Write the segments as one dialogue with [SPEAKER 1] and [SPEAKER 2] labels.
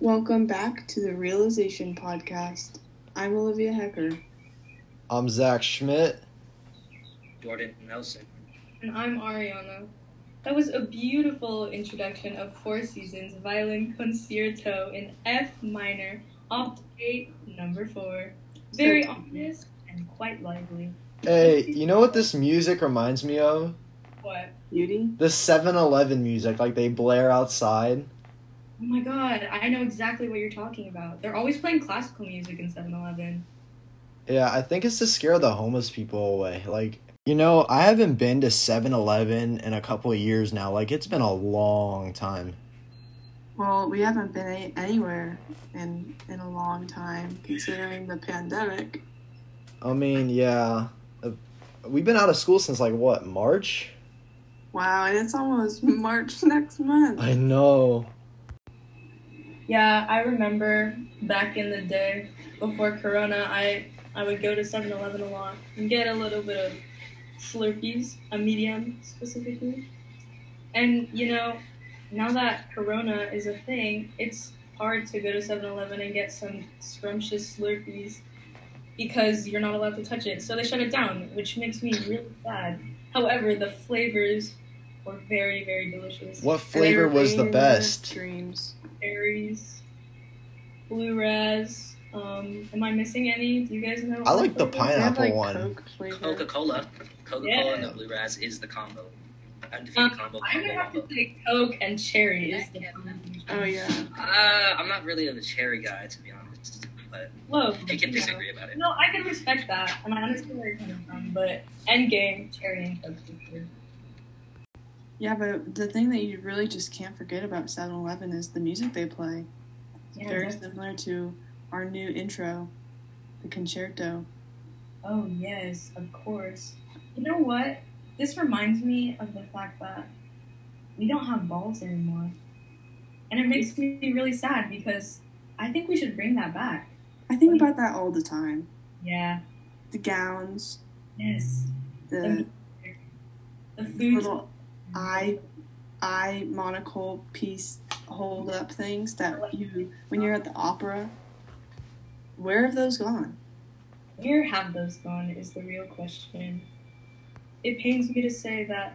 [SPEAKER 1] Welcome back to the Realization Podcast. I'm Olivia Hecker.
[SPEAKER 2] I'm Zach Schmidt.
[SPEAKER 3] Jordan Nelson.
[SPEAKER 4] And I'm Ariana. That was a beautiful introduction of Four Seasons Violin Concerto in F minor, octave number four. Very honest and quite lively.
[SPEAKER 2] Hey, you know what this music reminds me of?
[SPEAKER 4] What?
[SPEAKER 1] Beauty?
[SPEAKER 2] The 7 Eleven music, like they blare outside.
[SPEAKER 4] Oh my god, I know exactly what you're talking about. They're always playing classical music in 7 Eleven.
[SPEAKER 2] Yeah, I think it's to scare the homeless people away. Like, you know, I haven't been to 7 Eleven in a couple of years now. Like, it's been a long time.
[SPEAKER 1] Well, we haven't been a- anywhere in in a long time, considering the pandemic.
[SPEAKER 2] I mean, yeah. uh, We've been out of school since, like, what, March?
[SPEAKER 1] Wow, and it's almost March next month.
[SPEAKER 2] I know.
[SPEAKER 4] Yeah, I remember back in the day before Corona, I I would go to 7-Eleven a lot and get a little bit of Slurpees, a medium specifically. And you know, now that Corona is a thing, it's hard to go to 7-Eleven and get some scrumptious Slurpees because you're not allowed to touch it. So they shut it down, which makes me really sad. However, the flavors were very, very delicious.
[SPEAKER 2] What
[SPEAKER 1] And they
[SPEAKER 2] flavor
[SPEAKER 1] were
[SPEAKER 2] was the
[SPEAKER 1] bringing
[SPEAKER 2] best?
[SPEAKER 1] Dreams.
[SPEAKER 4] berries, blue raz. Um, am I missing any? Do you guys know?
[SPEAKER 2] I like the
[SPEAKER 4] what
[SPEAKER 1] They
[SPEAKER 4] flavor?
[SPEAKER 1] had,
[SPEAKER 2] Pineapple
[SPEAKER 1] like,
[SPEAKER 2] one.
[SPEAKER 1] Coke flavor.
[SPEAKER 3] Coca Cola. Coca Cola and the
[SPEAKER 2] Yeah.
[SPEAKER 3] Blue Raz is the combo. Undefeated
[SPEAKER 4] Um,
[SPEAKER 3] combo.
[SPEAKER 4] I'm
[SPEAKER 3] combo,
[SPEAKER 4] gonna have to
[SPEAKER 3] combo.
[SPEAKER 4] say Coke and cherry is the
[SPEAKER 1] Oh yeah.
[SPEAKER 3] Uh, I'm not really a cherry guy, to be honest, but
[SPEAKER 4] Whoa.
[SPEAKER 3] I can
[SPEAKER 4] yeah.
[SPEAKER 3] disagree about it.
[SPEAKER 4] No, I can respect that, and I understand where you're coming from. But Endgame, cherry and Coke. is good.
[SPEAKER 1] Yeah, but the thing that you really just can't forget about 7-Eleven is the music they play.
[SPEAKER 4] Yeah,
[SPEAKER 1] Very
[SPEAKER 4] that's-
[SPEAKER 1] similar to our new intro, the concerto.
[SPEAKER 4] Oh yes, of course. You know what? This reminds me of the fact that we don't have balls anymore, and it makes me really sad because I think we should bring that back.
[SPEAKER 1] I think about that all the time.
[SPEAKER 4] Yeah.
[SPEAKER 1] The gowns,
[SPEAKER 4] Yes.
[SPEAKER 1] the
[SPEAKER 4] The food.
[SPEAKER 1] little eye eye monocle piece hold up things that you when you're at the opera. Where have those gone?
[SPEAKER 4] Where have those gone is the real question. It pains me to say that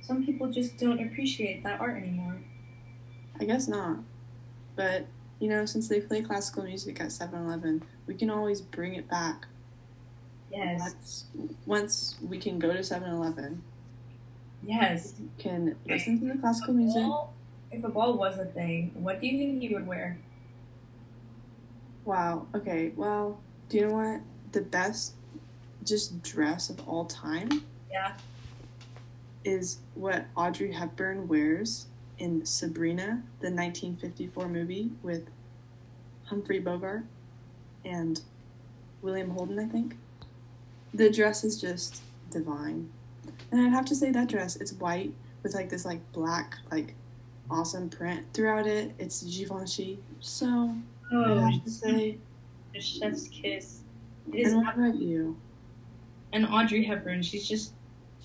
[SPEAKER 4] some people just don't appreciate that art anymore.
[SPEAKER 1] I guess not. But you know, since they play classical music at 7-Eleven, we can always bring it back.
[SPEAKER 4] Yes.
[SPEAKER 1] Once, once we can go to 7-Eleven,
[SPEAKER 4] Yes.
[SPEAKER 1] can listen to the classical music.
[SPEAKER 4] if a ball was a thing, what do you think he would wear?
[SPEAKER 1] Wow. Okay. Well, do you know what the best just dress of all time?
[SPEAKER 4] Yeah.
[SPEAKER 1] Is what Audrey Hepburn wears in Sabrina, the 1954 movie with Humphrey Bogart and William Holden, I think. The dress is just divine. And I'd have to say that dress, it's white with like this like black like awesome print throughout it. It's Givenchy. So I
[SPEAKER 4] Oh,
[SPEAKER 1] have to say,
[SPEAKER 4] the chef's kiss. It is
[SPEAKER 1] and what about you?
[SPEAKER 4] and Audrey Hepburn. She's just,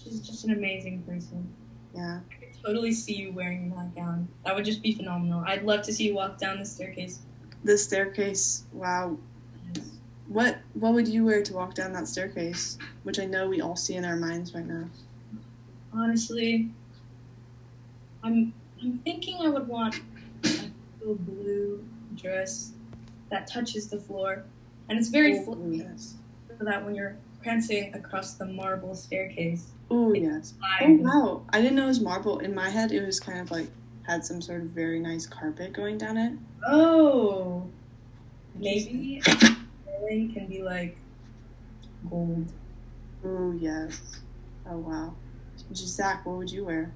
[SPEAKER 4] she's just an amazing person.
[SPEAKER 1] Yeah,
[SPEAKER 4] Totally see you wearing that gown. That would just be phenomenal. I'd love to see you walk down the staircase.
[SPEAKER 1] the staircase. Wow, what what would you wear to walk down that staircase? Which I know we all see in our minds right now.
[SPEAKER 4] Honestly, I'm I'm thinking I would want a little blue dress that touches the floor, and it's very
[SPEAKER 1] Oh,
[SPEAKER 4] fluffy
[SPEAKER 1] yes.
[SPEAKER 4] so that when you're prancing across the marble staircase,
[SPEAKER 1] Oh yes. Oh
[SPEAKER 4] I
[SPEAKER 1] wow, I didn't know it was marble. In my head, it was kind of like had some sort of very nice carpet going down it.
[SPEAKER 4] oh maybe railing can be like gold.
[SPEAKER 1] Oh yes. Oh wow. Zach, what would you wear?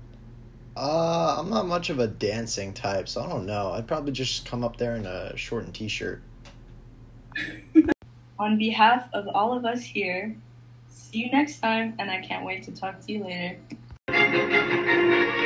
[SPEAKER 2] Uh, I'm not much of a dancing type, so I don't know. I'd probably just come up there in a short and t-shirt.
[SPEAKER 4] On behalf of all of us here, see you next time, and I can't wait to talk to you later.